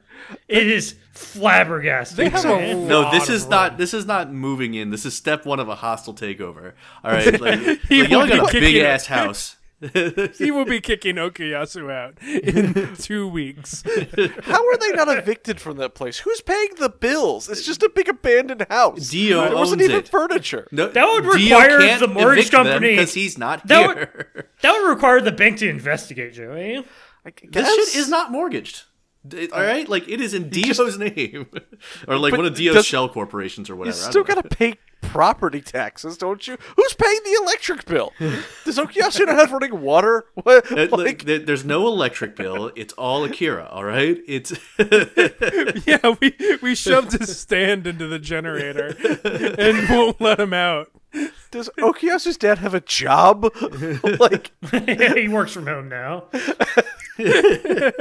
Speaker 2: It is flabbergasting.
Speaker 3: They have a
Speaker 2: man.
Speaker 4: no,
Speaker 3: lot
Speaker 4: this
Speaker 3: of
Speaker 4: is
Speaker 3: room.
Speaker 4: not this is not moving in. This is step one of a hostile takeover. All right, like,
Speaker 3: He
Speaker 4: like, y'all
Speaker 3: will be
Speaker 4: got a
Speaker 3: kicking
Speaker 4: big ass house.
Speaker 3: He will be kicking Okuyasu out in two weeks.
Speaker 1: How are they not evicted from that place? Who's paying the bills? It's just a big abandoned house.
Speaker 4: Dio
Speaker 1: there wasn't
Speaker 4: owns
Speaker 1: even
Speaker 4: it.
Speaker 1: furniture.
Speaker 4: No,
Speaker 2: That would
Speaker 4: Dio
Speaker 2: require
Speaker 4: can't
Speaker 2: the mortgage
Speaker 4: evict them
Speaker 2: company-
Speaker 4: because he's not
Speaker 2: That would-
Speaker 4: here.
Speaker 2: That would require the bank to investigate, Joey.
Speaker 1: I guess? Oh.
Speaker 4: This shit is not mortgaged. D- All right, like it is in Dio's name, or like
Speaker 1: But
Speaker 4: one of Dio's
Speaker 1: does-
Speaker 4: shell corporations or
Speaker 1: You
Speaker 4: whatever. I
Speaker 1: still
Speaker 4: don't know.
Speaker 1: gotta pay property taxes, don't you? Who's paying the electric bill? Does Okuyasu not have running water? What?
Speaker 4: Uh, like,
Speaker 1: like,
Speaker 4: there- there's no electric bill. It's all Akira. All right, it's
Speaker 3: Yeah, we we shoved his stand into the generator and won't let him out.
Speaker 1: does Okuyasu's dad have a job? like,
Speaker 2: he works from home now.
Speaker 4: yeah,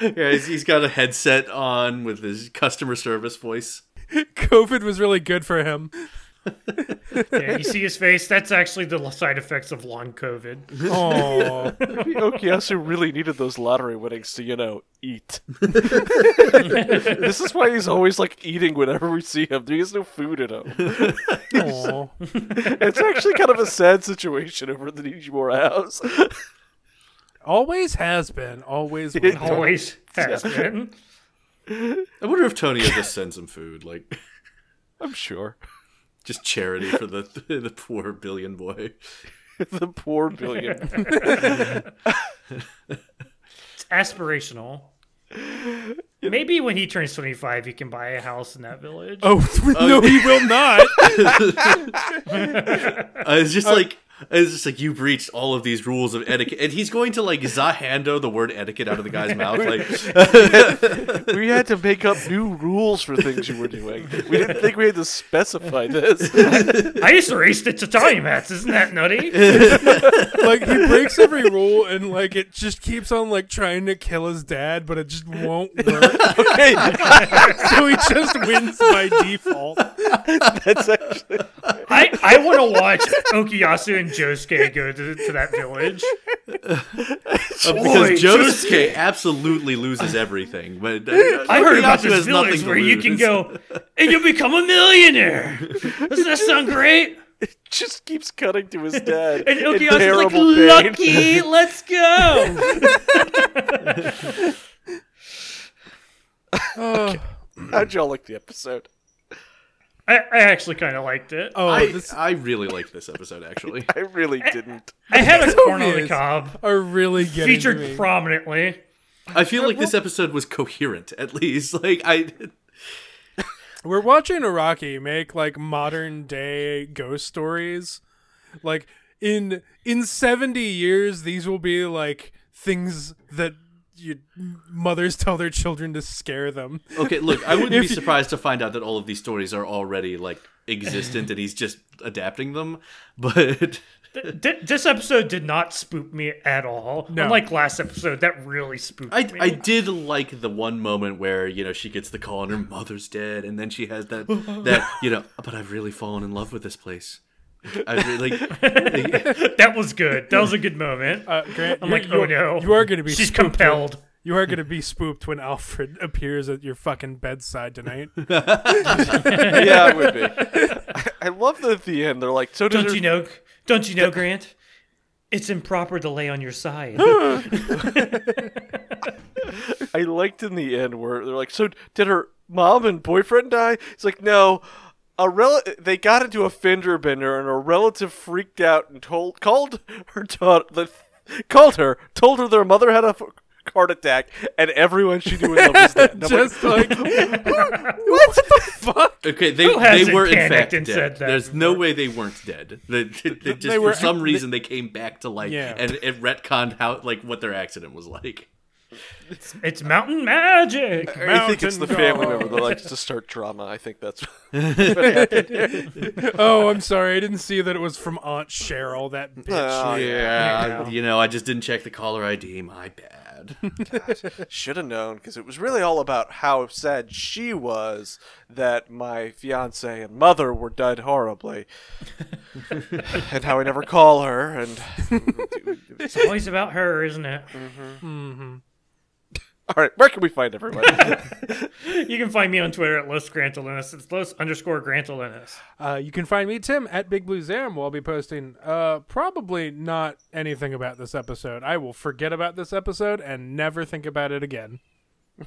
Speaker 4: he's- he's got a headset on with his customer service voice.
Speaker 3: COVID was really good for him.
Speaker 2: Yeah, you see his face? That's actually the side effects of long COVID.
Speaker 3: Oh,
Speaker 1: maybe Okuyasu really needed those lottery winnings to, you know, eat. this is why he's always like eating whenever we see him. There is no food at home. It's actually kind of a sad situation over at the Nijimura house.
Speaker 3: always has been, always. will.
Speaker 2: Always has been.
Speaker 4: I wonder if Tony just sends him food, like
Speaker 1: I'm sure.
Speaker 4: just charity for the the poor billion boy.
Speaker 1: The poor billion.
Speaker 2: It's aspirational. Maybe when he turns 25, he can buy a house in that village.
Speaker 3: Oh no, he will not.
Speaker 4: Uh, it's just like It's just like you breached all of these rules of etiquette, and he's going to like zahando the word etiquette out of the guy's mouth. Like,
Speaker 1: we had to make up new rules for things you were doing. We didn't think we had to specify this.
Speaker 2: I just erased it to Tommy Mats. Isn't that nutty?
Speaker 3: like he breaks every rule and like it just keeps on like trying to kill his dad, but it just won't work.
Speaker 1: Okay,
Speaker 3: so he just wins by default.
Speaker 1: that's actually
Speaker 2: I, I want to watch Okuyasu and Josuke go to, to that village.
Speaker 4: because
Speaker 2: Boy,
Speaker 4: Josuke absolutely loses everything. But uh,
Speaker 2: I heard about
Speaker 4: Okuyasu
Speaker 2: this
Speaker 4: has nothing
Speaker 2: village
Speaker 4: to
Speaker 2: where you can
Speaker 4: lose.
Speaker 2: go and you become a millionaire. Doesn't that sound great?
Speaker 1: just keeps cutting to his dad.
Speaker 2: And
Speaker 1: in
Speaker 2: Okuyasu's like,
Speaker 1: terrible pain.
Speaker 2: lucky, let's go.
Speaker 3: Oh,
Speaker 1: How'd y'all like the episode?
Speaker 2: I, I actually kind of liked it.
Speaker 3: oh,
Speaker 4: I,
Speaker 3: this
Speaker 4: I really like this episode actually.
Speaker 1: I really
Speaker 2: Eh.
Speaker 1: didn't.
Speaker 2: I had a corn on the
Speaker 3: obvious.
Speaker 2: cob
Speaker 3: are really getting to me.
Speaker 2: featured prominently.
Speaker 4: I feel like this episode was coherent at least. Like I
Speaker 3: We're watching Iraqi make like modern day ghost stories. Like in in 70 years these will be like things that you mothers tell their children to scare them.
Speaker 4: Okay, look, I wouldn't
Speaker 3: If
Speaker 4: be
Speaker 3: you-
Speaker 4: surprised to find out that all of these stories are already like existent and he's just adapting them. But
Speaker 2: Th- this episode did not spook me at all. Unlike last episode, that really spooked
Speaker 4: I
Speaker 2: me.
Speaker 4: I did like the one moment where, you know, she gets the call and her mother's dead and then she has that that, you know, but I've really fallen in love with this place. I really like, like,
Speaker 2: that was good. That was a good moment.
Speaker 3: Uh, Grant,
Speaker 2: I'm
Speaker 3: you-
Speaker 2: like,
Speaker 3: you,
Speaker 2: oh no.
Speaker 3: You are going to be
Speaker 2: She's
Speaker 3: spooked when-
Speaker 2: compelled.
Speaker 3: you are going to be spooked when Alfred appears at your fucking bedside tonight.
Speaker 1: Yeah, I would be. I, I love that at the end they're like, so does
Speaker 2: Don't
Speaker 1: her-
Speaker 2: you know? Don't you know, Grant? It's improper to lay on your side.
Speaker 1: I liked in the end where they're like, so did her mom and boyfriend die? It's like, no. A rel- they got into a fender bender and a relative freaked out and told called her daughter the, called her told her their mother had a f- heart attack and everyone she knew and loved was dead. And I'm
Speaker 3: Just like
Speaker 1: what the fuck?
Speaker 4: okay, they they
Speaker 2: hasn't
Speaker 4: were in
Speaker 2: panicked
Speaker 4: fact
Speaker 2: and
Speaker 4: dead.
Speaker 2: said that
Speaker 4: There's no way they weren't dead. They, they, they just
Speaker 3: were-
Speaker 4: for some reason they came back to life
Speaker 3: Yeah.
Speaker 4: and it retconned how like what their accident was like.
Speaker 2: it's mountain magic.
Speaker 1: I think it's the
Speaker 3: Mountain
Speaker 1: family
Speaker 3: dog.
Speaker 1: member that likes to start drama. I think that's
Speaker 3: Oh, I'm sorry. I didn't see that it was from Aunt Cheryl, that bitch.
Speaker 4: Yeah, Uh, you know, I just didn't check the caller ID. My bad.
Speaker 1: should have known because it was really all about how sad she was that my fiance and mother were dead horribly, and how I never call her. And
Speaker 2: It's always about her, isn't it?
Speaker 1: all right, where can we find everyone?
Speaker 2: You can find me on Twitter at Los Grantalinas. It's Los underscore Grantalinas.
Speaker 3: Uh, you can find me, Tim, at Big Blue Zam. Where I'll be posting uh, probably not anything about this episode. I will forget about this episode and never think about it again.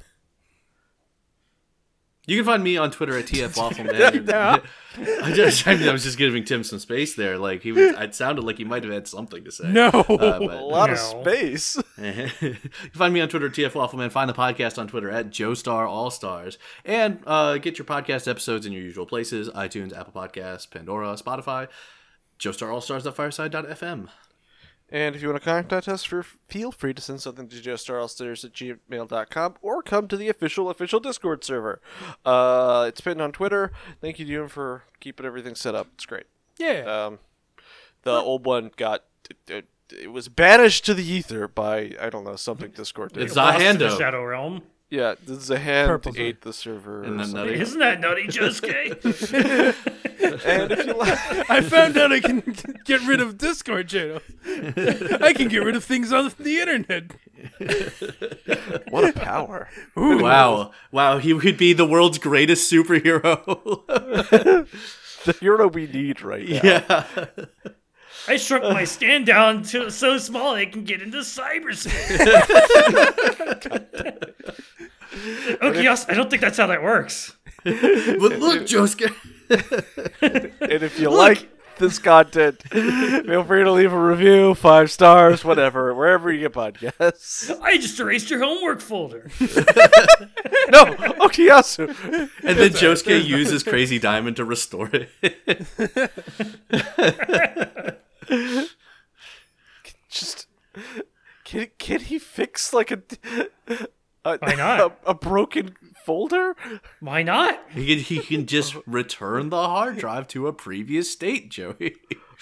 Speaker 4: You can find me on Twitter at TF Waffleman. I, just, I, mean, I was just giving Tim some space there. Like he, was, it sounded like he might have had something to say.
Speaker 3: No.
Speaker 4: Uh,
Speaker 1: A
Speaker 4: but,
Speaker 1: lot of
Speaker 2: No.
Speaker 1: space.
Speaker 4: you can find me on Twitter, TF Waffleman. Find the podcast on Twitter at Joestar All Stars, and uh, get your podcast episodes in your usual places: iTunes, Apple Podcasts, Pandora, Spotify. JoestarAllStars.fireside.fm.
Speaker 1: And if you want to contact us, for, feel free to send something to joestarallstairs at gmail.com or come to the official, official Discord server. Uh, it's pinned on Twitter. Thank you to him for keeping everything set up. It's great.
Speaker 3: yeah.
Speaker 1: Um, the old one got it, it was banished to the ether by I don't know something Discord did.
Speaker 4: It's
Speaker 2: Lost in the
Speaker 4: Zahando.
Speaker 2: Shadow Realm.
Speaker 1: yeah, the Zahan
Speaker 3: Purple Zone.
Speaker 1: ate the server.
Speaker 4: And
Speaker 1: or
Speaker 4: then
Speaker 1: something.
Speaker 4: another.
Speaker 2: Isn't that nutty, Josuke?
Speaker 1: and if you like,
Speaker 3: I found out I can get rid of Discord channels. I can get rid of things on the internet.
Speaker 1: what a power!
Speaker 4: Wow, wow, he would be the world's greatest superhero.
Speaker 1: The hero we need right now.
Speaker 4: yeah.
Speaker 2: I shrunk my stand down to so small it can get into cyberspace. okay, yes, Oh, I don't think that's how that works.
Speaker 4: But look, Josuke.
Speaker 1: And if you like this content, feel free to leave a review, five stars, whatever, wherever you get podcasts.
Speaker 2: I just erased your homework folder.
Speaker 1: No, Okuyasu.
Speaker 4: And then Josuke uses Crazy Diamond to restore it.
Speaker 1: Just can can he fix like a a,
Speaker 2: Why not?
Speaker 1: a, a broken folder?
Speaker 2: Why not?
Speaker 4: He can, he can just return the hard drive to a previous state, Joey.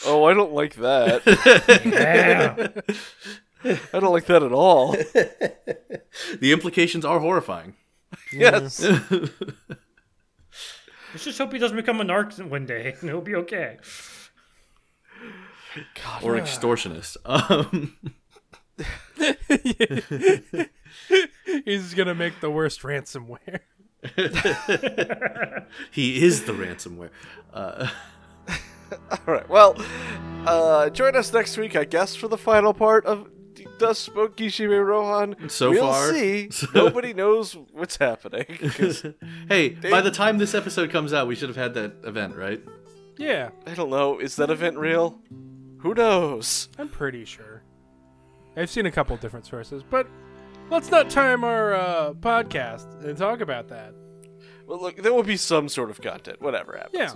Speaker 1: Oh, I don't like that.
Speaker 2: Yeah.
Speaker 1: I don't like that at all.
Speaker 4: The implications are horrifying.
Speaker 1: Yes.
Speaker 2: Let's just hope he doesn't become a narc one day, and he'll be okay.
Speaker 4: Or extortionist. Um,
Speaker 3: He's gonna make the worst ransomware.
Speaker 4: he is the ransomware. Uh,
Speaker 1: All right. Well, uh, join us next week, I guess, for the final part of Does Smoke Kishibe Rohan.
Speaker 4: So
Speaker 1: we'll
Speaker 4: far-
Speaker 1: see. Nobody knows what's happening. 'cause
Speaker 4: hey, by the time this episode comes out, we should have had that event, right?
Speaker 3: Yeah,
Speaker 1: I don't know. Is that event real? Who knows?
Speaker 3: I'm pretty sure. I've seen a couple different sources, but let's not time our uh, podcast and talk about that.
Speaker 1: Well, look, there will be some sort of content, whatever happens.
Speaker 3: Yeah.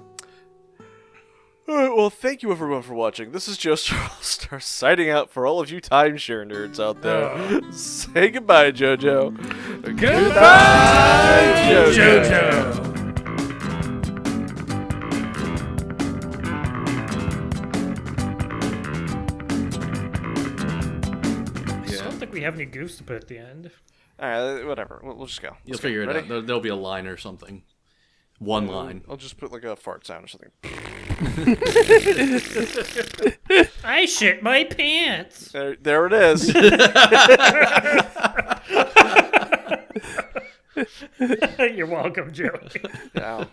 Speaker 1: All right, well, thank you everyone for watching. This is Joe Star signing out for all of you timeshare nerds out there. Say goodbye, JoJo. Goodbye, JoJo.
Speaker 2: I just don't think we have any goofs to put at the end.
Speaker 1: All right, uh, whatever. We'll, we'll just go.
Speaker 4: You'll
Speaker 1: Let's go.
Speaker 4: figure it
Speaker 1: Ready?
Speaker 4: out. There- There'll be a line or something. One line.
Speaker 1: I'll just put like a fart sound or something.
Speaker 2: I shit my pants.
Speaker 1: There, there it is.
Speaker 2: You're welcome, Joey.
Speaker 1: Ow.